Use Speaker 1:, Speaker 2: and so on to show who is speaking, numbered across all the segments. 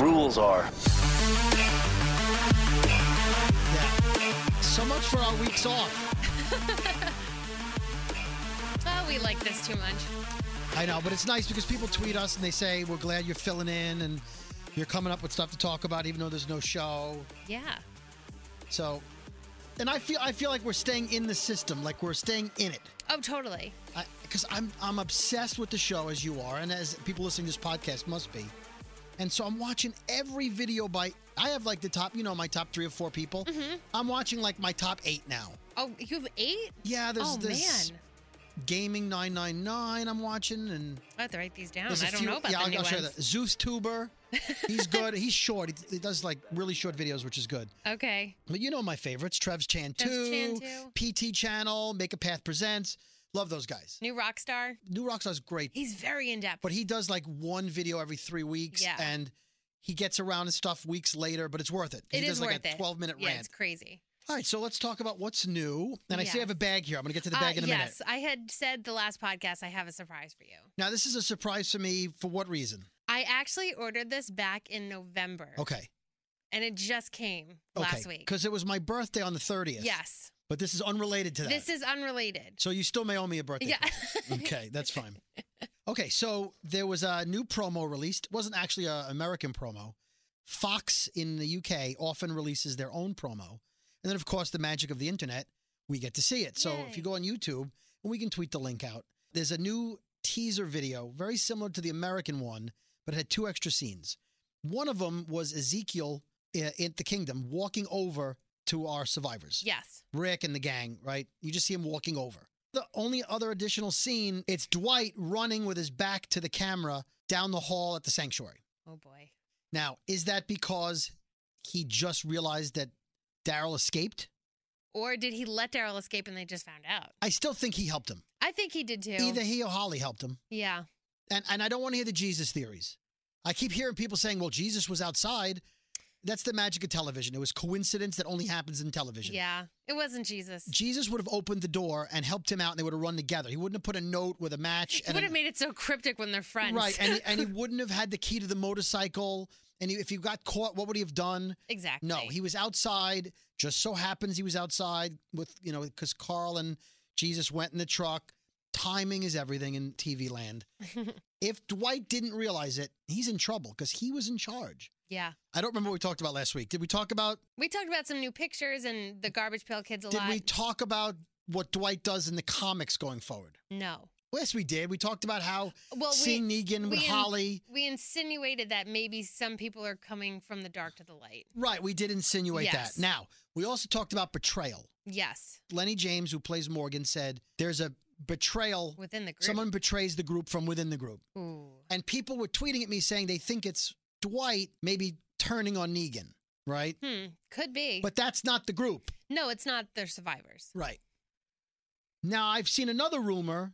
Speaker 1: rules are.
Speaker 2: Yeah. So much for our weeks off.
Speaker 3: Oh, we like this too much.
Speaker 2: I know, but it's nice because people tweet us and they say, we're glad you're filling in and you're coming up with stuff to talk about, even though there's no show.
Speaker 3: Yeah.
Speaker 2: So, and I feel I feel like we're staying in the system, like we're staying in it.
Speaker 3: Oh, totally.
Speaker 2: because I'm I'm obsessed with the show as you are, and as people listening to this podcast must be. And so I'm watching every video by I have like the top, you know, my top three or four people.
Speaker 3: Mm-hmm.
Speaker 2: I'm watching like my top eight now.
Speaker 3: Oh, you have eight?
Speaker 2: Yeah, there's
Speaker 3: oh
Speaker 2: this
Speaker 3: man,
Speaker 2: gaming nine nine nine I'm watching, and
Speaker 3: I have to write these down.
Speaker 2: there's a
Speaker 3: I don't
Speaker 2: few-
Speaker 3: know about
Speaker 2: yeah,
Speaker 3: the
Speaker 2: I'll,
Speaker 3: new
Speaker 2: I'll show you
Speaker 3: ones.
Speaker 2: that. Zeus Tuber, he's good. he's short. He, he does like really short videos, which is good.
Speaker 3: Okay.
Speaker 2: But you know my favorites: Trev's Chan
Speaker 3: Trev's Chan
Speaker 2: Two,
Speaker 3: Two.
Speaker 2: PT Channel, Make a Path Presents. Love those guys.
Speaker 3: New rock star.
Speaker 2: New Rockstar's great,
Speaker 3: He's very in depth.
Speaker 2: but he does like one video every three weeks,
Speaker 3: Yeah.
Speaker 2: and he gets around and stuff weeks later. But it's worth it. 'cause
Speaker 3: It
Speaker 2: he
Speaker 3: is
Speaker 2: does like
Speaker 3: worth
Speaker 2: a
Speaker 3: it.
Speaker 2: twelve minute
Speaker 3: yeah,
Speaker 2: rant.
Speaker 3: it's crazy.
Speaker 2: All right, so let's talk about what's new. And I see I have a
Speaker 3: Yes.
Speaker 2: bag here. I'm going to get to the
Speaker 3: Uh,
Speaker 2: bag in a minute.
Speaker 3: yes, I had said the last podcast I have a surprise for you.
Speaker 2: Now this is a surprise for me. For what reason?
Speaker 3: I actually ordered this back in November.
Speaker 2: Okay.
Speaker 3: And it just came
Speaker 2: Okay.
Speaker 3: last week.
Speaker 2: Because it was my birthday on the 30th.
Speaker 3: Yes.
Speaker 2: But this is unrelated to that.
Speaker 3: This is unrelated.
Speaker 2: so you still may owe me a birthday.
Speaker 3: Yeah.
Speaker 2: present. okay, that's fine. Okay, so there was a new promo released. It wasn't actually an American promo. Fox in the UK often releases their own promo. And then, of course, the magic of the internet, we get to see it. So if
Speaker 3: Yay.
Speaker 2: you go on YouTube, and we can tweet the link out, there's a new teaser video, very similar to the American one, but it had two extra scenes. One of them was Ezekiel uh, in the kingdom walking over to our survivors.
Speaker 3: yes.
Speaker 2: Rick and the gang, right? You just see him walking over. The only other additional scene, it's Dwight running with his back to the camera down the hall at the sanctuary.
Speaker 3: Oh boy.
Speaker 2: Now, is that because he just realized that Daryl escaped?
Speaker 3: Or did he let Daryl escape and they just found out?
Speaker 2: I still think he helped him.
Speaker 3: I think he did too.
Speaker 2: Either he or Holly helped him.
Speaker 3: Yeah.
Speaker 2: And and I don't want to hear the Jesus theories. I keep hearing people saying, "Well, Jesus was outside." That's the magic of television. It was coincidence that only happens in television.
Speaker 3: Yeah. It wasn't Jesus.
Speaker 2: Jesus would have opened the door and helped him out, and they would have run together. He wouldn't have put a note with a match.
Speaker 3: He
Speaker 2: and
Speaker 3: would
Speaker 2: an-
Speaker 3: have made it so cryptic when they're friends.
Speaker 2: Right, and he, and he wouldn't have had the key to the motorcycle. And he, if he got caught, what would he have done?
Speaker 3: exactly.
Speaker 2: No, he was outside. Just so happens he was outside with you know because Carl and Jesus went in the truck. Timing is everything in TV land. if Dwight didn't realize it, he's in trouble because he was in charge.
Speaker 3: Yeah.
Speaker 2: I don't remember what we talked about last week. Did we talk about?
Speaker 3: We talked about some new pictures and the Garbage Pail Kids a
Speaker 2: Did
Speaker 3: lot.
Speaker 2: we talk about what Dwight does in the comics going forward?
Speaker 3: no.
Speaker 2: Yes, we did. We talked about how
Speaker 3: Well, we-
Speaker 2: seeing Negan with
Speaker 3: we in-
Speaker 2: Holly.
Speaker 3: We insinuated that maybe some people are coming from the dark to the light.
Speaker 2: Right, we did insinuate
Speaker 3: Yes.
Speaker 2: that. Now, we also talked about betrayal.
Speaker 3: Yes.
Speaker 2: Lenny James, who plays Morgan, said there's a betrayal.
Speaker 3: Within the group.
Speaker 2: Someone betrays the group from within the group.
Speaker 3: Ooh.
Speaker 2: And people were tweeting at me saying they think it's Dwight maybe turning on Negan, right?
Speaker 3: Hmm. Could be.
Speaker 2: But that's not the group.
Speaker 3: no, it's not. They're survivors.
Speaker 2: Right. Now, I've seen another rumor.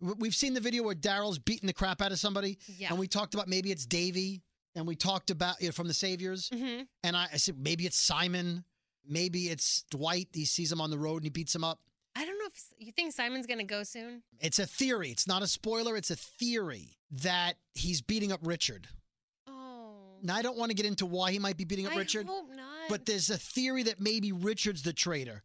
Speaker 2: W- We've seen the video where Daryl's beating the crap out of somebody.
Speaker 3: Yeah.
Speaker 2: And we talked about maybe it's Davey. And we talked about you know, from the Saviors.
Speaker 3: hmm
Speaker 2: And I, I said, maybe it's Simon. Maybe it's Dwight. He sees him on the road and he beats him up.
Speaker 3: I don't know if you think Simon's going to go soon.
Speaker 2: It's a theory. It's not a spoiler. It's a theory that he's beating up Richard.
Speaker 3: Oh.
Speaker 2: Now, I don't want to get into why he might be beating up
Speaker 3: I
Speaker 2: Richard,
Speaker 3: hope not.
Speaker 2: but there's a theory that maybe Richard's the traitor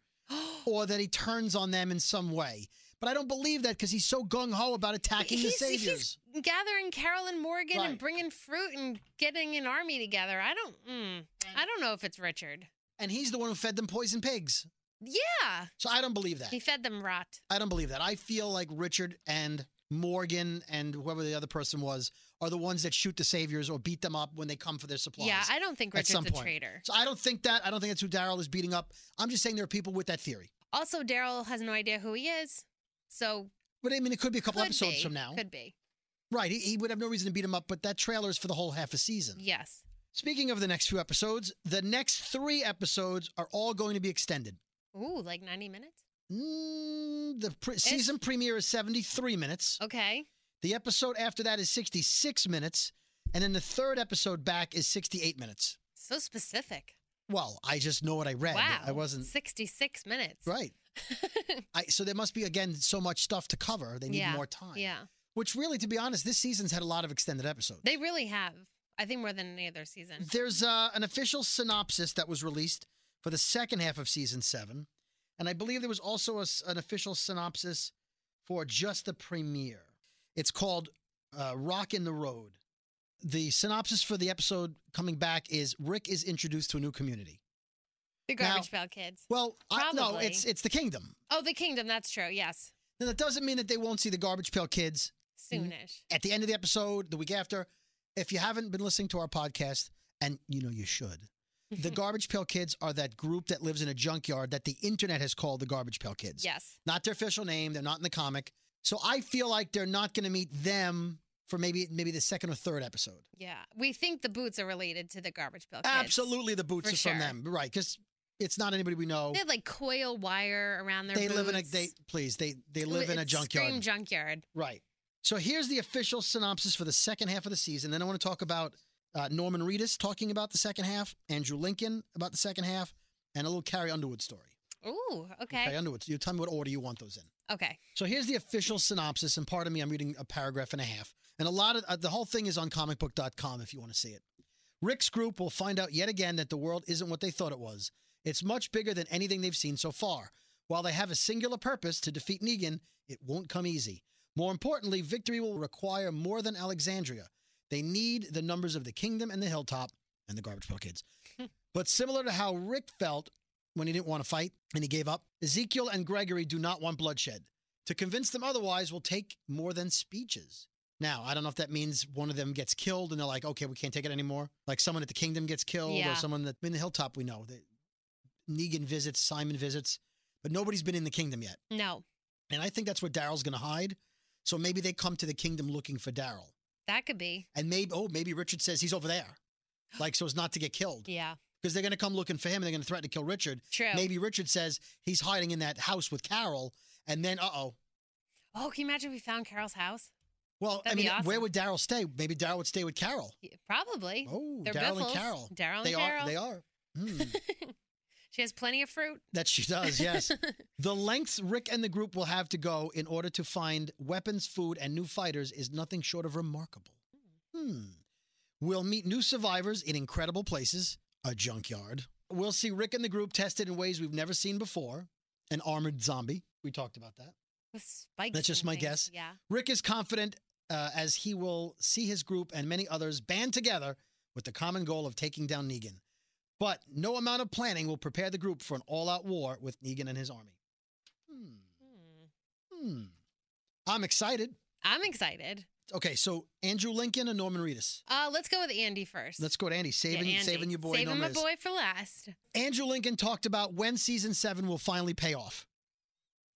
Speaker 2: or that he turns on them in some way. But I don't believe that because he's so gung ho about attacking
Speaker 3: he's,
Speaker 2: the
Speaker 3: he's
Speaker 2: Saviors.
Speaker 3: gathering Carol and Morgan
Speaker 2: Right.
Speaker 3: and bringing fruit and getting an army together. I don't. Mm, I don't know if it's Richard.
Speaker 2: And he's the one who fed them poison pigs.
Speaker 3: Yeah,
Speaker 2: So I don't believe that.
Speaker 3: he fed them rot.
Speaker 2: I don't believe that. I feel like Richard and Morgan and whoever the other person was are the ones that shoot the Saviors or beat them up when they come for their supplies.
Speaker 3: Yeah, I don't think
Speaker 2: at
Speaker 3: Richard's
Speaker 2: some
Speaker 3: a
Speaker 2: point.
Speaker 3: traitor.
Speaker 2: So I don't think that. I don't think that's who Daryl is beating up. I'm just saying there are people with that theory.
Speaker 3: Also, Daryl has no idea who he is, so
Speaker 2: But I mean, it could be a couple
Speaker 3: could
Speaker 2: episodes
Speaker 3: be,
Speaker 2: from now.
Speaker 3: could be.
Speaker 2: Right. He, he would have no reason to beat him up, but that trailer is for the whole half a season.
Speaker 3: Yes.
Speaker 2: Speaking of the next few episodes, the next three episodes are all going to be extended.
Speaker 3: Ooh, like ninety minutes.
Speaker 2: Mm, the pre- season premiere is 73 minutes.
Speaker 3: Okay.
Speaker 2: The episode after that is 66 minutes. And then the third episode back is 68 minutes.
Speaker 3: So specific.
Speaker 2: Well, I just know what I read.
Speaker 3: wow.
Speaker 2: I wasn't.
Speaker 3: sixty-six minutes.
Speaker 2: Right. I, so there must be, again, so much stuff to cover. They need
Speaker 3: Yeah,
Speaker 2: more time.
Speaker 3: Yeah,
Speaker 2: Which, really, to be honest, this season's had a lot of extended episodes.
Speaker 3: they really have. I think more than any other season.
Speaker 2: There's uh, an official synopsis that was released for the second half of season seven, and I believe there was also a s an official synopsis for just the premiere. It's called uh, "Rock in the Road." The synopsis for the episode coming back is Rick is introduced to a new community.
Speaker 3: The
Speaker 2: now-
Speaker 3: Garbage Pail Kids.
Speaker 2: Well, I, no,
Speaker 3: Probably.
Speaker 2: it's it's the kingdom.
Speaker 3: Oh, the Kingdom. That's true. Yes,
Speaker 2: Now that doesn't mean that they won't see the Garbage Pail Kids Mm-hmm.
Speaker 3: soonish.
Speaker 2: at the end of the episode, the week after. If you haven't been listening to our podcast, and you know you should, the Garbage Pail Kids are that group that lives in a junkyard that the internet has called the Garbage Pail Kids.
Speaker 3: Yes.
Speaker 2: Not their official name. They're not in the comic. So I feel like they're not going to meet them for maybe maybe the second or third episode.
Speaker 3: Yeah. We think the boots are related to the Garbage Pail Kids.
Speaker 2: Absolutely, the boots
Speaker 3: For
Speaker 2: are from
Speaker 3: sure.
Speaker 2: them, right? Because it's not anybody we know.
Speaker 3: They had like coil wire around their.
Speaker 2: They live in a
Speaker 3: boots.
Speaker 2: they please they they
Speaker 3: It
Speaker 2: live in a
Speaker 3: was- it
Speaker 2: junkyard.
Speaker 3: screamed junkyard.
Speaker 2: Right. So here's the official synopsis for the second half of the season. Then I want to talk about uh, Norman Reedus talking about the second half, Andrew Lincoln about the second half, and a little Carrie Underwood story.
Speaker 3: Ooh. Okay.
Speaker 2: Carrie Underwood. You tell me what order you want those in.
Speaker 3: Okay.
Speaker 2: So here's the official synopsis, and pardon me, I'm reading a paragraph and a half. And a lot of uh, the whole thing is on comicbook.com if you want to see it. Rick's group will find out yet again that the world isn't what they thought it was. It's much bigger than anything they've seen so far. While they have a singular purpose to defeat Negan, it won't come easy. More importantly, victory will require more than Alexandria. They need the numbers of the kingdom and the hilltop and the garbage pail kids. but similar to how Rick felt when he didn't want to fight and he gave up, Ezekiel and Gregory do not want bloodshed. To convince them otherwise will take more than speeches. Now, I don't know if that means one of them gets killed and they're like, okay, we can't take it anymore. Like someone at the kingdom gets killed or
Speaker 3: Yeah.
Speaker 2: someone that in the hilltop we know that Negan visits, Simon visits, but nobody's been in the kingdom yet.
Speaker 3: No,
Speaker 2: And I think that's where Daryl's going to hide. So maybe they come to the kingdom looking for Daryl.
Speaker 3: that could be.
Speaker 2: And maybe, oh, maybe Richard says he's over there. Like, so as not to get killed.
Speaker 3: Yeah. Oh.
Speaker 2: Because they're going to come looking for him and they're going to threaten to kill Richard.
Speaker 3: True.
Speaker 2: Maybe Richard says he's hiding in that house with Carol. And then, uh oh.
Speaker 3: Oh, can you imagine if we found Carol's house?
Speaker 2: Well,
Speaker 3: That'd
Speaker 2: I
Speaker 3: be
Speaker 2: mean, where
Speaker 3: awesome.
Speaker 2: would Daryl stay? Maybe Daryl would stay with Carol.
Speaker 3: Yeah, Probably.
Speaker 2: Oh,
Speaker 3: They're
Speaker 2: Daryl and
Speaker 3: Biffles.
Speaker 2: Carol.
Speaker 3: Daryl and
Speaker 2: they
Speaker 3: Carol.
Speaker 2: are. They are. Hmm.
Speaker 3: She has plenty of fruit.
Speaker 2: that she does, yes. the lengths Rick and the group will have to go in order to find weapons, food, and new fighters is nothing short of remarkable. Hmm. We'll meet new survivors in incredible places, a junkyard. We'll see Rick and the group tested in ways we've never seen before, an armored zombie. We talked about that.
Speaker 3: With spikes.
Speaker 2: That's just
Speaker 3: and
Speaker 2: my
Speaker 3: things.
Speaker 2: guess.
Speaker 3: Yeah.
Speaker 2: Rick is confident uh, as he will see his group and many others band together with the common goal of taking down Negan. But no amount of planning will prepare the group for an all out war with Negan and his army. Hmm.
Speaker 3: Hmm.
Speaker 2: Hmm. I'm excited.
Speaker 3: I'm excited.
Speaker 2: Okay, so Andrew Lincoln and Norman Reedus.
Speaker 3: Uh, let's go with Andy first.
Speaker 2: Let's go to Andy.
Speaker 3: Yeah,
Speaker 2: Saving,
Speaker 3: Andy.
Speaker 2: saving your boy.
Speaker 3: Saving
Speaker 2: Norman
Speaker 3: my
Speaker 2: Reedus.
Speaker 3: boy for last.
Speaker 2: Andrew Lincoln talked about when season seven will finally pay off.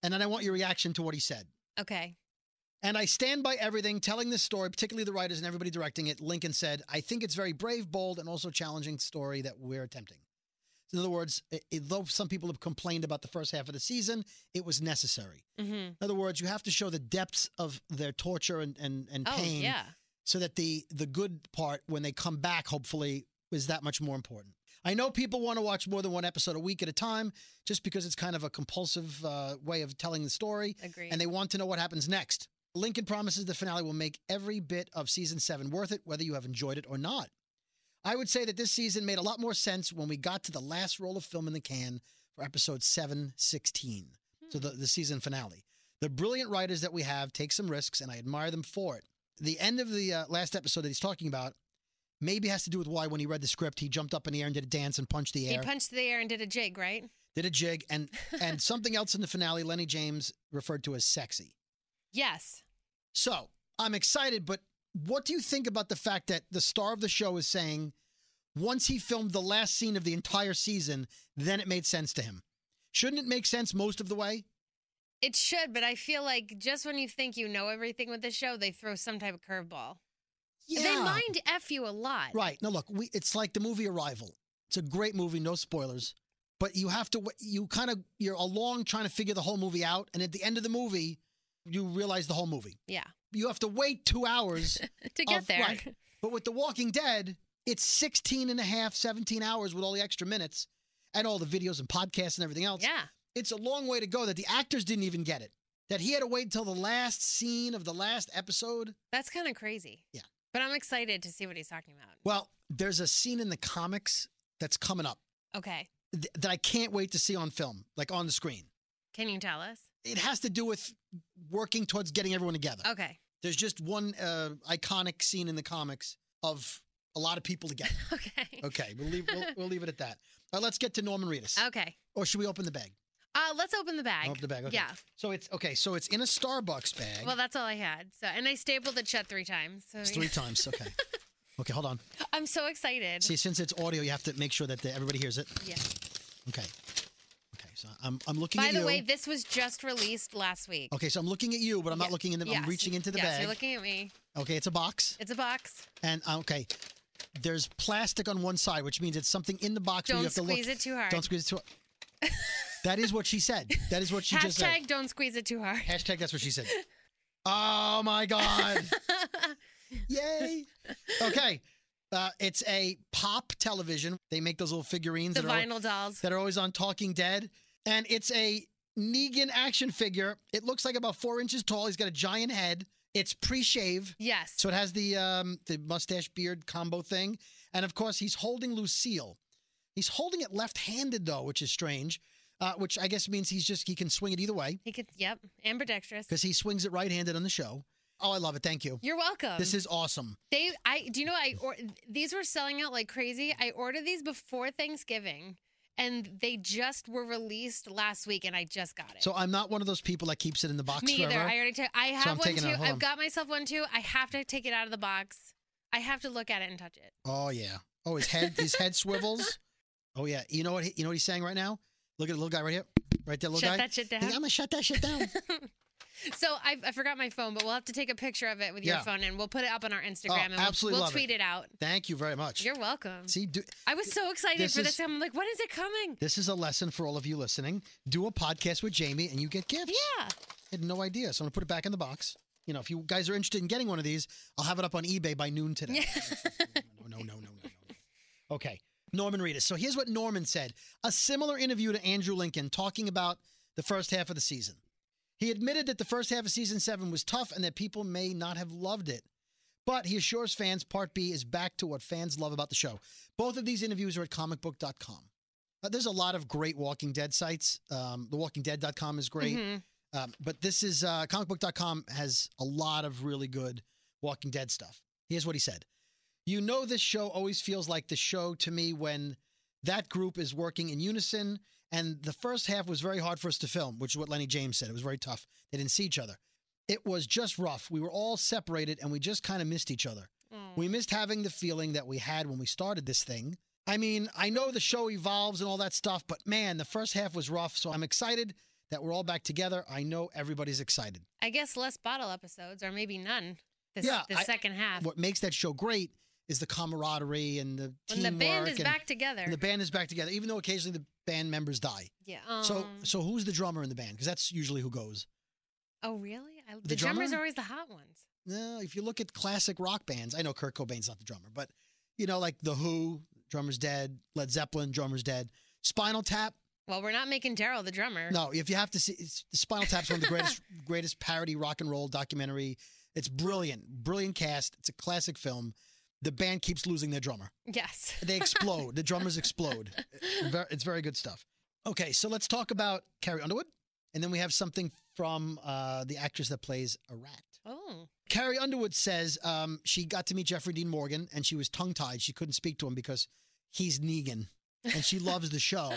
Speaker 2: And then I want your reaction to what he said.
Speaker 3: Okay.
Speaker 2: And I stand by everything telling this story, particularly the writers and everybody directing it. Lincoln said, I think it's very brave, bold, and also challenging story that we're attempting. In other words, i i- though some people have complained about the first half of the season, it was necessary.
Speaker 3: Mm-hmm.
Speaker 2: In other words, you have to show the depths of their torture and, and, and
Speaker 3: Oh
Speaker 2: pain
Speaker 3: yeah.
Speaker 2: so that the the good part when they come back hopefully is that much more important i know people want to watch more than one episode a week at a time just because it's kind of a compulsive uh, way of telling the story
Speaker 3: Agreed.
Speaker 2: and they want to know what happens next lincoln promises the finale will make every bit of season 7 worth it whether you have enjoyed it or not i would say that this season made a lot more sense when we got to the last roll of film in the can for episode 716 so the, the season finale the brilliant writers that we have take some risks and i admire them for it the end of the uh, last episode that he's talking about maybe has to do with why when he read the script he jumped up in the air and did a dance and punched the
Speaker 3: he
Speaker 2: air
Speaker 3: punched the air and did a jig, right?
Speaker 2: did a jig and and something else in the finale lenny james referred to as sexy
Speaker 3: Yes.
Speaker 2: so i'm excited but what do you think about the fact that the star of the show is saying once he filmed the last scene of the entire season then it made sense to him shouldn't it make sense most of the way
Speaker 3: It should, but I feel like just when you think you know everything with the show, they throw some type of curveball. They mind F you a lot.
Speaker 2: Right. No, look, we it's like the movie Arrival. It's a great movie, no spoilers. But you have to wa- you kind of you're along trying to figure the whole movie out and at the end of the movie you realize the whole movie.
Speaker 3: Yeah.
Speaker 2: You have to wait 2 hours.
Speaker 3: To get
Speaker 2: of-
Speaker 3: there.
Speaker 2: right. But with The Walking Dead, it's 16 and a half, 17 hours with all the extra minutes and all the videos and podcasts and everything else.
Speaker 3: Yeah.
Speaker 2: It's a long way to go that the actors didn't even get it. That he had to wait until the last scene of the last episode.
Speaker 3: That's kind of crazy. But I'm excited to see what he's talking about.
Speaker 2: Well, there's a scene in the comics that's coming up
Speaker 3: Okay.
Speaker 2: th- that I can't wait to see on film, like on the screen.
Speaker 3: Can you tell us?
Speaker 2: It has to do with working towards getting everyone together.
Speaker 3: Okay.
Speaker 2: There's just one uh, iconic scene in the comics of a lot of people together.
Speaker 3: Okay.
Speaker 2: okay, we'll leave, we'll, we'll leave it at that. Uh, let's get to Norman Reedus.
Speaker 3: Okay.
Speaker 2: Or Oh, should we open the bag?
Speaker 3: Uh, let's open the bag.
Speaker 2: Open the bag. Okay.
Speaker 3: Yeah.
Speaker 2: So it's okay. So it's in a Starbucks bag.
Speaker 3: Well, that's all I had. So, and I stapled it shut three times. So
Speaker 2: It's three times. Okay. okay, hold on.
Speaker 3: I'm so excited.
Speaker 2: See, since it's audio, you have to make sure that the, everybody hears it.
Speaker 3: Yeah.
Speaker 2: Okay. Okay. So I'm I'm looking
Speaker 3: By
Speaker 2: at
Speaker 3: the
Speaker 2: you.
Speaker 3: way, this was just released last week.
Speaker 2: okay, so I'm looking at you, but I'm not
Speaker 3: Yeah.
Speaker 2: looking in the.
Speaker 3: Yes.
Speaker 2: I'm reaching into the
Speaker 3: yes,
Speaker 2: bag.
Speaker 3: you're looking at me.
Speaker 2: okay, it's a box,
Speaker 3: It's a box.
Speaker 2: and uh, okay, there's plastic on one side, which means it's something in the box where you
Speaker 3: Don't
Speaker 2: have to look.
Speaker 3: squeeze it too hard.
Speaker 2: Don't squeeze it too. that is what she said. That is what she just said.
Speaker 3: Hashtag don't squeeze it too hard.
Speaker 2: Hashtag. That's what she said. Oh my god! Yay! Okay, uh, it's a pop television. They make those little figurines
Speaker 3: the
Speaker 2: that are al-
Speaker 3: vinyl dolls.
Speaker 2: that are always on Talking Dead, and it's a Negan action figure. It looks like about four inches tall. He's got a giant head. It's pre-shave,
Speaker 3: Yes.
Speaker 2: so it has the um, the mustache beard combo thing, and of course he's holding Lucille. He's holding it left-handed though, which is strange, uh, which I guess means he's just he can swing it either way
Speaker 3: He could. Yep. Ambidextrous.
Speaker 2: because he swings it right-handed on the show. Oh, I love it. Thank you.
Speaker 3: You're welcome.
Speaker 2: This is awesome.
Speaker 3: They, I do you know I or, these were selling out like crazy. I ordered these before Thanksgiving, and they just were released last week, and I just got it.
Speaker 2: So I'm not one of those people that keeps it in the box
Speaker 3: me
Speaker 2: forever.
Speaker 3: either. I already. took. I
Speaker 2: So
Speaker 3: have
Speaker 2: I'm
Speaker 3: one
Speaker 2: taking it
Speaker 3: too.
Speaker 2: out. Hold
Speaker 3: I've
Speaker 2: on.
Speaker 3: got myself one too. I have to take it out of the box. I have to look at it and touch it.
Speaker 2: Oh yeah. Oh, his head his head swivels. Oh yeah. You know what? he- You know what he's saying right now? Look at the little guy right here, right there, little
Speaker 3: Shut
Speaker 2: guy.
Speaker 3: that shit
Speaker 2: Think,
Speaker 3: down.
Speaker 2: I'm gonna shut that shit down.
Speaker 3: So I, I forgot my phone, but we'll have to take a picture of it with
Speaker 2: Yeah. Oh,
Speaker 3: your phone, and we'll put it up on our Instagram, and we'll,
Speaker 2: absolutely
Speaker 3: we'll
Speaker 2: love it.
Speaker 3: tweet it. out.
Speaker 2: Thank you very much.
Speaker 3: You're welcome.
Speaker 2: See, do,
Speaker 3: I was so excited
Speaker 2: this
Speaker 3: for
Speaker 2: is-
Speaker 3: this. I'm like, when is it coming?
Speaker 2: this is a lesson for all of you listening. Do a podcast with Jamie, and you get gifts.
Speaker 3: Yeah.
Speaker 2: I had no idea, so I'm gonna put it back in the box. You know, if you guys are interested in getting one of these, I'll have it up on eBay by noon today. no, no, no, no, no, no, no. Okay, Norman Reedus. So here's what Norman said: a similar interview to Andrew Lincoln, talking about the first half of the season. He admitted that the first half of season seven was tough and that people may not have loved it, but he assures fans Part B is back to what fans love about the show. Both of these interviews are at comicbook.com. Uh, there's a lot of great Walking Dead sites. Um, TheWalkingDead.com is great.
Speaker 3: Mhm.
Speaker 2: Um, but this is uh, comicbook.com has a lot of really good Walking Dead stuff. Here's what he said You know, this show always feels like the show to me when that group is working in unison. And the first half was very hard for us to film, which is what Lenny James said. It was very tough. They didn't see each other. It was just rough. We were all separated and we just kind of missed each other.
Speaker 3: Aw.
Speaker 2: We missed having the feeling that we had when we started this thing. I mean, I know the show evolves and all that stuff, but man, the first half was rough. So I'm excited that we're all back together. I know everybody's excited.
Speaker 3: I guess less bottle episodes, or maybe none. This,
Speaker 2: Yeah,
Speaker 3: the
Speaker 2: I-
Speaker 3: second half.
Speaker 2: What makes that show great is the camaraderie and the
Speaker 3: When
Speaker 2: teamwork.
Speaker 3: the band is
Speaker 2: and,
Speaker 3: back together.
Speaker 2: and the band is back together, even though occasionally the band members die.
Speaker 3: yeah.
Speaker 2: so,
Speaker 3: um,
Speaker 2: so who's the drummer in the band? Because that's usually who goes.
Speaker 3: oh, really? I, the,
Speaker 2: the drummer?
Speaker 3: drummers are always the hot ones.
Speaker 2: No, if you look at classic rock bands, I know Kurt Cobain's not the drummer, but you know, like the Who, drummer's dead. Led Zeppelin, drummer's dead. Spinal Tap,
Speaker 3: Well, we're not making Daryl the drummer.
Speaker 2: No, if you have to see, it's, Spinal Tap's one of the greatest, greatest parody rock and roll documentary. It's brilliant, brilliant cast. It's a classic film. The band keeps losing their drummer.
Speaker 3: Yes.
Speaker 2: They explode. the drummers explode. It's ver- It's very good stuff. Okay, so let's talk about Carrie Underwood, and then we have something from uh, the actress that plays a rat.
Speaker 3: Oh.
Speaker 2: Carrie Underwood says um, she got to meet Jeffrey Dean Morgan and she was tongue tied. She couldn't speak to him because he's Negan and she loves the show.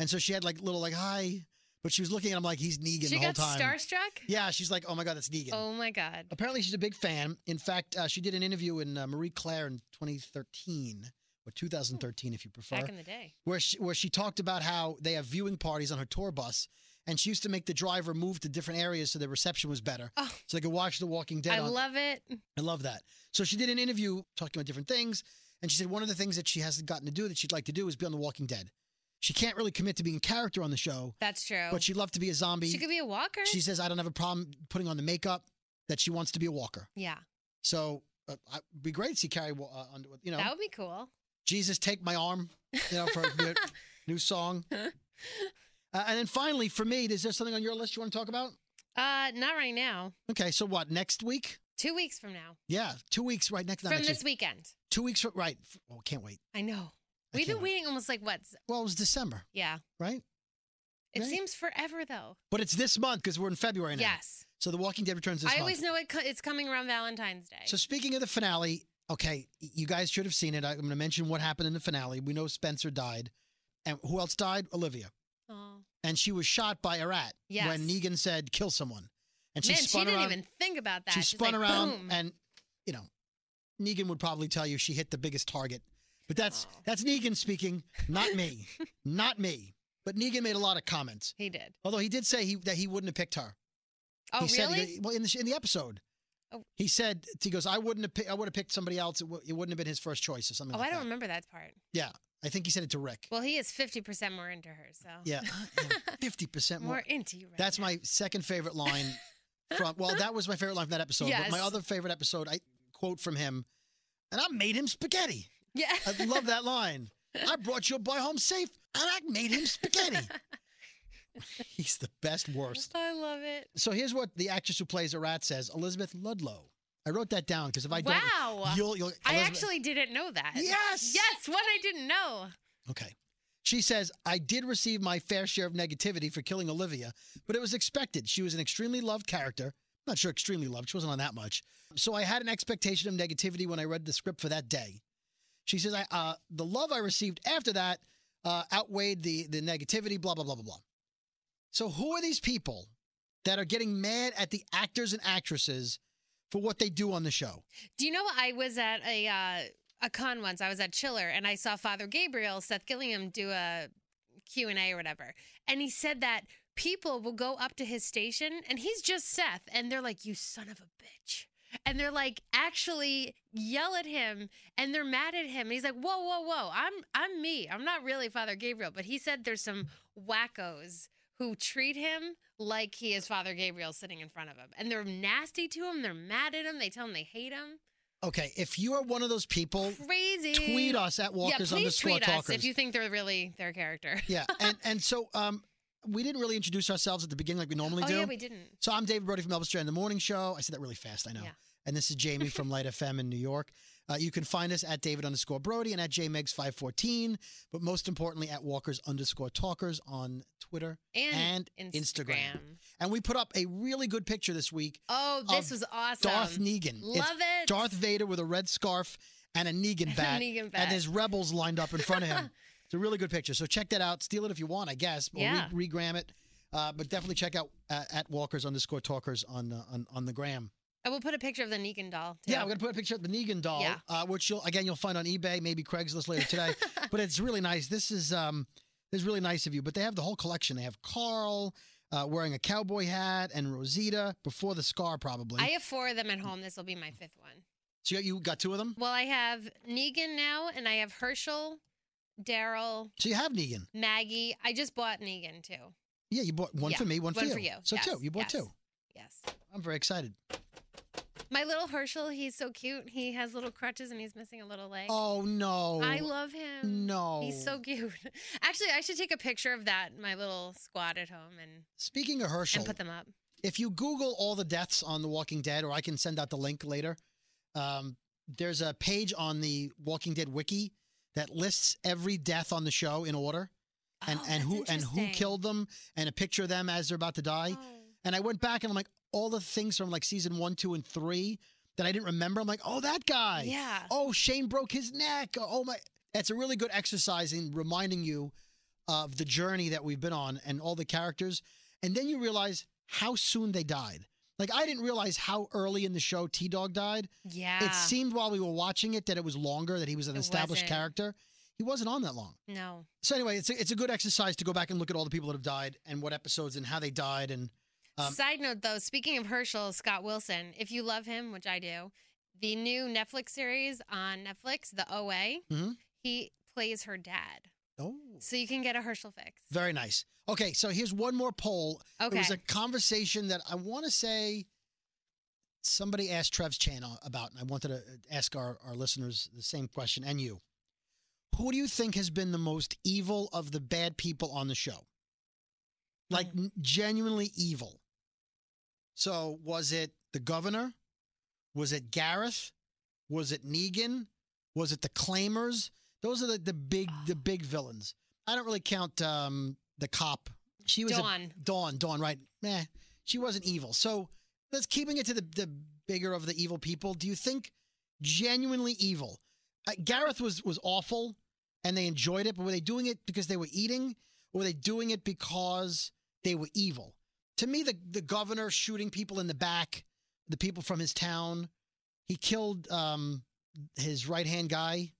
Speaker 2: And so she had like little like hi, but she was looking at him like he's Negan
Speaker 3: she
Speaker 2: the whole
Speaker 3: got
Speaker 2: time.
Speaker 3: starstruck?
Speaker 2: yeah, she's like, oh my god, that's Negan.
Speaker 3: Oh, my God.
Speaker 2: Apparently, she's a big fan. In fact, uh, she did an interview in uh, Marie Claire in 2013 or 2013, if you prefer,
Speaker 3: Back in the day.
Speaker 2: where she, where she talked about how they have viewing parties on her tour bus, and she used to make the driver move to different areas so the reception was better,
Speaker 3: Oh.
Speaker 2: so they could watch The Walking Dead.
Speaker 3: I
Speaker 2: on,
Speaker 3: love it.
Speaker 2: I love that. So she did an interview talking about different things, and she said one of the things that she hasn't gotten to do that she'd like to do is be on The Walking Dead. She can't really commit to being a character on the show,
Speaker 3: That's true.
Speaker 2: but she'd love to be a zombie.
Speaker 3: Oh. she could be a walker.
Speaker 2: she says I don't have a problem putting on the makeup that she wants to be a walker.
Speaker 3: yeah. so
Speaker 2: So uh, I- it'd be great to see Carrie Wa- uh, Underwood. You know,
Speaker 3: That would be cool.
Speaker 2: Jesus take my arm. You know, for her new song. Uh, and then finally, for me, is there something on your list you want to talk about?
Speaker 3: Uh, not right now.
Speaker 2: Okay, so what next week?
Speaker 3: Two weeks from now,
Speaker 2: Yeah, two weeks right next. not
Speaker 3: from
Speaker 2: next
Speaker 3: this
Speaker 2: week.
Speaker 3: weekend.
Speaker 2: two weeks from right. f- Oh, can't wait.
Speaker 3: I know.
Speaker 2: I
Speaker 3: We've
Speaker 2: can't
Speaker 3: been waiting almost like what? s-
Speaker 2: Well, it was December,
Speaker 3: Yeah.
Speaker 2: right?
Speaker 3: It
Speaker 2: Right.
Speaker 3: seems forever though.
Speaker 2: But it's this month because we're in February now.
Speaker 3: yes.
Speaker 2: So The Walking Dead returns this
Speaker 3: I
Speaker 2: month.
Speaker 3: always know it co- it's coming around Valentine's Day.
Speaker 2: So speaking of the finale, okay, y- you guys should have seen it. I- I'm going to mention what happened in the finale. We know Spencer died, and who else died? Olivia,
Speaker 3: Aw.
Speaker 2: and she was shot by a rat
Speaker 3: Yes.
Speaker 2: when Negan said kill someone, and she
Speaker 3: Man, she
Speaker 2: spun
Speaker 3: didn't
Speaker 2: around.
Speaker 3: even think about that.
Speaker 2: she
Speaker 3: She's
Speaker 2: spun
Speaker 3: like,
Speaker 2: around,
Speaker 3: boom.
Speaker 2: and you know, Negan would probably tell you she hit the biggest target. But that's
Speaker 3: Aw.
Speaker 2: that's Negan speaking, not me, not me. But Negan made a lot of comments,
Speaker 3: he did.
Speaker 2: although he did say he that he wouldn't have picked her.
Speaker 3: Oh,
Speaker 2: he
Speaker 3: really?
Speaker 2: Said, well, in the, sh- in the episode,
Speaker 3: Oh.
Speaker 2: he said he goes, "I wouldn't have. Pick, I would have picked somebody else. It, w- it wouldn't have been his first choice or something."
Speaker 3: oh,
Speaker 2: like
Speaker 3: I don't
Speaker 2: That.
Speaker 3: remember that part.
Speaker 2: I think he said it to Rick.
Speaker 3: Well, he is 50% more into her, so.
Speaker 2: yeah, fifty percent
Speaker 3: More
Speaker 2: more.
Speaker 3: into you right
Speaker 2: That's
Speaker 3: now.
Speaker 2: my second favorite line from. Well, that was my favorite line from that episode. But my
Speaker 3: Yes.
Speaker 2: other favorite episode, I quote from him, and I made him spaghetti.
Speaker 3: Yeah.
Speaker 2: I love that line. I brought your boy home safe, and I made him spaghetti. He's the best worst.
Speaker 3: I love it.
Speaker 2: So here's what the actress who plays Arat says, Elizabeth Ludlow. I wrote that down because if I don't,
Speaker 3: wow.
Speaker 2: You'll, you'll,
Speaker 3: I
Speaker 2: Elizabeth-
Speaker 3: actually didn't know that.
Speaker 2: Yes.
Speaker 3: Yes, what I didn't know.
Speaker 2: Okay. She says, I did receive my fair share of negativity for killing Olivia, but it was expected. She was an extremely loved character. Not sure extremely loved. She wasn't on that much. So I had an expectation of negativity when I read the script for that day. She says, I, uh, the love I received after that uh, outweighed the, the negativity, blah, blah, blah, blah, blah. So who are these people that are getting mad at the actors and actresses for what they do on the show?
Speaker 3: Do you know I was at a uh, a con once. I was at Chiller and I saw Father Gabriel Seth Gilliam do a Q and A or whatever, and he said that people will go up to his station and he's just Seth, and they're like, "You son of a bitch." And they're like actually yell at him, and they're mad at him. And he's like, "Whoa, whoa, whoa! I'm I'm me. I'm not really Father Gabriel." But he said there's some wackos who treat him like he is Father Gabriel sitting in front of him, and they're nasty to him. They're mad at him. They tell him they hate him
Speaker 2: Okay, if you are one of those people,
Speaker 3: crazy.
Speaker 2: tweet us at walkers
Speaker 3: yeah, please
Speaker 2: underscore
Speaker 3: tweet
Speaker 2: talkers.
Speaker 3: us if you think they're really their character.
Speaker 2: yeah, and and so um, we didn't really introduce ourselves at the beginning like we normally
Speaker 3: oh
Speaker 2: do.
Speaker 3: yeah, we didn't.
Speaker 2: so I'm David Brody from Elvis Duran the Morning Show. I said that really fast, I know.
Speaker 3: Yeah.
Speaker 2: And this is Jamie from Light FM in New York. Uh, you can find us at David underscore Brody and at JMegs514, but most importantly at Walkers underscore Talkers on Twitter.
Speaker 3: And,
Speaker 2: And Instagram. And we put up a really good picture this week.
Speaker 3: Oh, this
Speaker 2: Of
Speaker 3: was awesome.
Speaker 2: Darth Negan. It's
Speaker 3: Love it.
Speaker 2: Darth Vader with a red scarf and a Negan bat.
Speaker 3: Negan
Speaker 2: And
Speaker 3: bat.
Speaker 2: there's rebels lined up in front of him. it's a really good picture. So check that out. Steal it if you want, I guess. Or
Speaker 3: Yeah.
Speaker 2: re- regram it. Uh, but definitely check out uh, at Walkers underscore Talkers on, uh, on on the gram.
Speaker 3: I will put a picture of the Negan doll. Too.
Speaker 2: Yeah, we're gonna put a picture of the Negan doll,
Speaker 3: Yeah.
Speaker 2: uh, which you'll again you'll find on eBay, maybe Craigslist later today. but it's really nice. This is um, this is really nice of you. But they have the whole collection. They have Carl uh, wearing a cowboy hat and Rosita before the scar, probably.
Speaker 3: I have four of them at home. This will be my fifth one.
Speaker 2: so you you got two of them.
Speaker 3: Well, I have Negan now, and I have Herschel, Daryl,
Speaker 2: So you have Negan.
Speaker 3: Maggie. I just bought Negan too.
Speaker 2: Yeah, you bought one
Speaker 3: Yeah,
Speaker 2: for me, one,
Speaker 3: one for you.
Speaker 2: So
Speaker 3: Yes,
Speaker 2: two. You bought
Speaker 3: yes.
Speaker 2: two.
Speaker 3: Yes.
Speaker 2: I'm very excited.
Speaker 3: My little Herschel, he's so cute. He has little crutches and he's missing a little leg.
Speaker 2: Oh no.
Speaker 3: I love him.
Speaker 2: no.
Speaker 3: He's so cute. Actually, I should take a picture of that, my little squad at home, and,
Speaker 2: Speaking of Herschel,
Speaker 3: and put them up.
Speaker 2: if you Google all the deaths on The Walking Dead, or I can send out the link later, um, there's a page on the Walking Dead wiki that lists every death on the show in order and,
Speaker 3: Oh,
Speaker 2: and
Speaker 3: that's
Speaker 2: who and who
Speaker 3: interesting.
Speaker 2: killed them and a picture of them as they're about to die.
Speaker 3: Oh.
Speaker 2: And I went back and I'm like, all the things from like season one, two, and three that I didn't remember. I'm like, oh, that guy.
Speaker 3: Yeah.
Speaker 2: Oh, Shane broke his neck. Oh my. That's a really good exercise in reminding you of the journey that we've been on and all the characters. And then you realize how soon they died. Like I didn't realize how early in the show T Dog died.
Speaker 3: Yeah.
Speaker 2: It seemed while we were watching it that it was longer, that he was an
Speaker 3: Ah. It
Speaker 2: established
Speaker 3: wasn't.
Speaker 2: character. He wasn't on that long.
Speaker 3: no.
Speaker 2: So anyway, it's a, it's a good exercise to go back and look at all the people that have died and what episodes and how they died and Um,
Speaker 3: Side note, though, speaking of Herschel, Scott Wilson, if you love him, which I do, the new Netflix series on Netflix, The OA,
Speaker 2: Mhm.
Speaker 3: he plays her dad.
Speaker 2: oh.
Speaker 3: So you can get a Herschel fix.
Speaker 2: Very nice. Okay, so here's one more poll.
Speaker 3: Okay.
Speaker 2: It was a conversation that I want to say somebody asked Trev's channel about, and I wanted to ask our, our listeners the same question and you. Who do you think has been the most evil of the bad people on the show? Like n- genuinely evil. So was it the governor? Was it Gareth? Was it Negan? Was it the Claimers? Those are the, the big the big villains. I don't really count um, the cop. She was a-
Speaker 3: Dawn.
Speaker 2: Dawn, Dawn, right? Meh. She wasn't evil. So that's keeping it to the, the bigger of the evil people. Do you think genuinely evil? Uh, Gareth was was awful, and they enjoyed it. But were they doing it because they were eating, or were they doing it because they were evil? To me, the the governor shooting people in the back, the people from his town, he killed um, his right hand guy,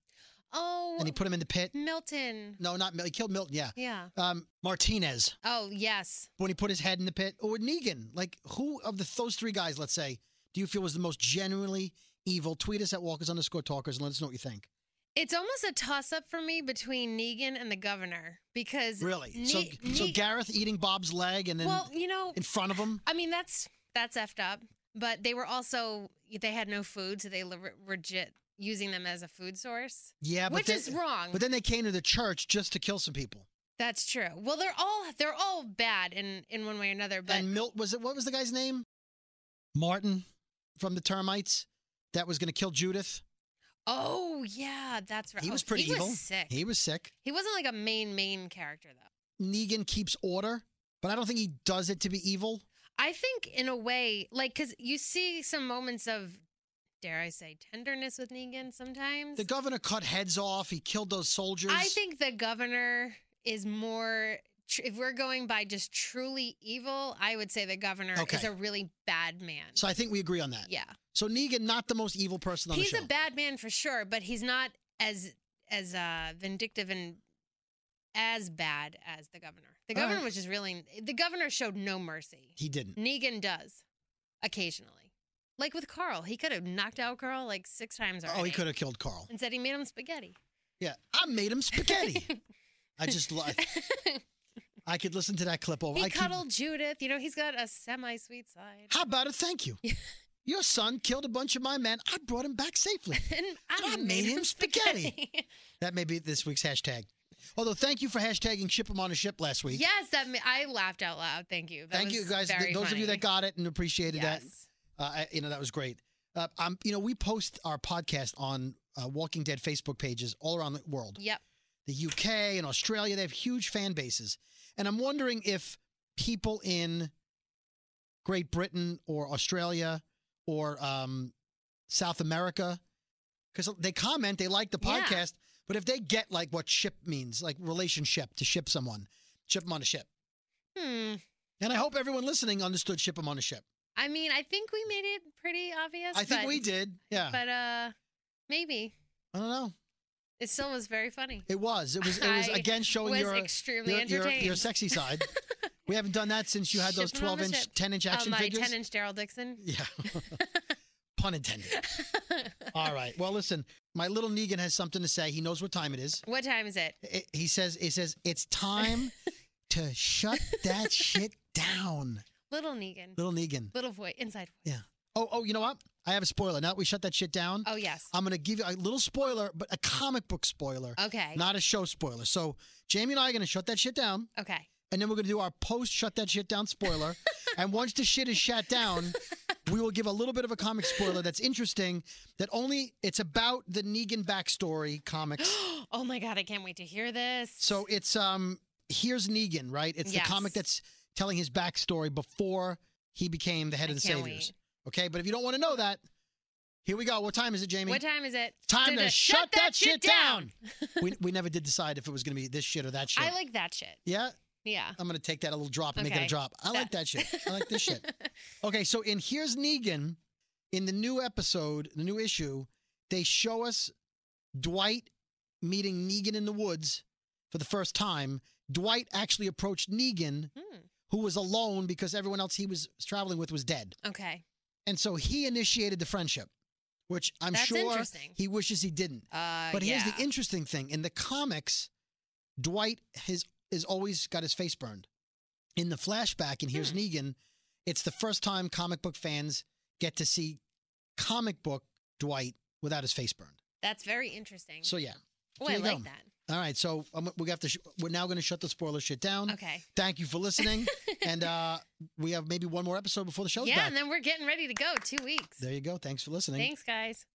Speaker 3: Oh,
Speaker 2: and he put him in the pit.
Speaker 3: Milton.
Speaker 2: No, not Mil- he killed Milton. Yeah,
Speaker 3: Yeah.
Speaker 2: um, Martinez.
Speaker 3: Oh, yes.
Speaker 2: when he put his head in the pit, or Negan. Like, who of the those three guys, let's say, do you feel was the most genuinely evil? Tweet us at walkers underscore talkers and let us know what you think.
Speaker 3: It's almost a toss up for me between Negan and the governor because
Speaker 2: Really?
Speaker 3: Ne-
Speaker 2: so, so
Speaker 3: Ne-
Speaker 2: Gareth eating Bob's leg and then
Speaker 3: well, you know,
Speaker 2: in front of him.
Speaker 3: I mean that's that's effed up, but they were also they had no food, so they le- legit using them as a food source,
Speaker 2: Yeah, but
Speaker 3: which
Speaker 2: then,
Speaker 3: is wrong.
Speaker 2: but then they came to the church just to kill some people.
Speaker 3: that's true. Well, they're all they're all bad in in one way or another, but
Speaker 2: and Milt was it? What was the guy's name? Martin from the termites that was going to kill Judith.
Speaker 3: oh yeah, that's right.
Speaker 2: He
Speaker 3: Oh,
Speaker 2: was pretty
Speaker 3: he
Speaker 2: evil.
Speaker 3: Was sick.
Speaker 2: He was sick.
Speaker 3: He wasn't like a main main character though.
Speaker 2: Negan keeps order, but I don't think he does it to be evil.
Speaker 3: I think in a way, like, because you see some moments of, dare I say, tenderness with Negan sometimes.
Speaker 2: The governor cut heads off. He killed those soldiers.
Speaker 3: I think the governor is more. tr- If we're going by just truly evil, I would say the governor is
Speaker 2: Okay.
Speaker 3: a really bad man.
Speaker 2: So I think we agree on that.
Speaker 3: yeah,
Speaker 2: So Negan, not the most evil person on
Speaker 3: he's
Speaker 2: the show.
Speaker 3: a bad man for sure, but he's not as as uh, vindictive and as bad as the governor. The
Speaker 2: All
Speaker 3: governor
Speaker 2: right.
Speaker 3: was just really. The governor showed no mercy.
Speaker 2: he didn't.
Speaker 3: Negan does occasionally. Like with Carl, he could have knocked out Carl like six times already.
Speaker 2: Oh, he could have killed Carl.
Speaker 3: And said he made him spaghetti.
Speaker 2: Yeah, I made him spaghetti. I just lo- I could listen to that clip over.
Speaker 3: he
Speaker 2: Oh, I keep-
Speaker 3: cuddled Judith. You know, he's got a semi sweet side.
Speaker 2: How about a thank you? Your son killed a bunch of my men. I brought him back safely.
Speaker 3: And
Speaker 2: And I made him That may be this week's hashtag. Although, thank you for hashtagging ship him on a ship last week.
Speaker 3: yes, that ma- I laughed out loud. Thank you. That
Speaker 2: thank you
Speaker 3: was
Speaker 2: guys. Th-
Speaker 3: very
Speaker 2: those of you
Speaker 3: funny.
Speaker 2: that got it and appreciated that.
Speaker 3: Yes.
Speaker 2: Uh, I- you know, that was great. Uh, I'm, you know, we post our podcast on uh, Walking Dead Facebook pages all around the world.
Speaker 3: Yep.
Speaker 2: the UK and Australia, they have huge fan bases. And I'm wondering if people in Great Britain or Australia or um, South America, because they comment, they like the
Speaker 3: Yeah.
Speaker 2: podcast, but if they get like what ship means, like relationship to ship someone, ship them on a ship.
Speaker 3: Hmm.
Speaker 2: And I hope everyone listening understood ship them on a ship.
Speaker 3: I mean, I think we made it pretty obvious.
Speaker 2: I think
Speaker 3: but-
Speaker 2: we did. Yeah.
Speaker 3: But uh, maybe
Speaker 2: I don't know.
Speaker 3: it still was very funny.
Speaker 2: It was. It was. It was
Speaker 3: I
Speaker 2: again showing
Speaker 3: was
Speaker 2: your
Speaker 3: extremely
Speaker 2: your, your
Speaker 3: entertained.
Speaker 2: your sexy side. we haven't done that since you had those
Speaker 3: Ship 'em on
Speaker 2: 12
Speaker 3: the
Speaker 2: inch,
Speaker 3: ship.
Speaker 2: 10 inch
Speaker 3: Uh,
Speaker 2: action
Speaker 3: my
Speaker 2: figures.
Speaker 3: ten inch Daryl Dixon.
Speaker 2: Yeah. Pun intended. All right. Well, listen, my little Negan has something to say. He knows what time it is.
Speaker 3: What time is it?
Speaker 2: I he says, he says, it's time to shut that shit down.
Speaker 3: Little Negan.
Speaker 2: Little Negan.
Speaker 3: Little voice. Inside voice.
Speaker 2: Yeah. Oh, oh, you know what? I have a spoiler. Now that we shut that shit down,
Speaker 3: Oh, yes.
Speaker 2: I'm going to give you a little spoiler, but a comic book spoiler,
Speaker 3: okay.
Speaker 2: Uh, not a show spoiler. So Jamie and I are going to shut that shit down.
Speaker 3: okay.
Speaker 2: and then we're going to do our post shut that shit down spoiler. and once the shit is shut down, we will give a little bit of a comic spoiler that's interesting. That only it's about the Negan backstory comics.
Speaker 3: oh, my God. I can't wait to hear this.
Speaker 2: So it's um here's Negan, right? It's
Speaker 3: Yes.
Speaker 2: the comic that's telling his backstory before he became the head
Speaker 3: I
Speaker 2: of the
Speaker 3: can't
Speaker 2: Saviors. Okay, but if you don't want to know that, here we go. What time is it, Jamie?
Speaker 3: what time is it?
Speaker 2: Time
Speaker 3: Da- da-
Speaker 2: to shut that shit down. we, we never did decide if it was going to be this shit or that shit.
Speaker 3: I like that shit.
Speaker 2: yeah,
Speaker 3: Yeah.
Speaker 2: I'm going to take that a little drop and make it
Speaker 3: Okay.
Speaker 2: a drop. I like that shit. I like this shit. Okay, so in here's Negan, in the new episode, the new issue, they show us Dwight meeting Negan in the woods for the first time. Dwight actually approached Negan,
Speaker 3: Hmm.
Speaker 2: who was alone because everyone else he was traveling with was dead,
Speaker 3: Okay.
Speaker 2: and so he initiated the friendship, which I'm
Speaker 3: That's
Speaker 2: sure
Speaker 3: interesting.
Speaker 2: he wishes he didn't.
Speaker 3: Uh,
Speaker 2: But
Speaker 3: yeah.
Speaker 2: here's the interesting thing: in the comics, Dwight has is always got his face burned. In the flashback, and here's
Speaker 3: Hmm.
Speaker 2: Negan. It's the first time comic book fans get to see comic book Dwight without his face burned.
Speaker 3: That's very interesting.
Speaker 2: So yeah,
Speaker 3: oh,
Speaker 2: there
Speaker 3: I
Speaker 2: you
Speaker 3: like
Speaker 2: go.
Speaker 3: that.
Speaker 2: All right, so um, we have to. Sh- we're now going to shut the spoiler shit down.
Speaker 3: Okay.
Speaker 2: Thank you for listening, and uh, we have maybe one more episode before the show's
Speaker 3: Yeah,
Speaker 2: back.
Speaker 3: and then we're getting ready to go. Two weeks.
Speaker 2: there you go. Thanks for listening.
Speaker 3: Thanks, guys.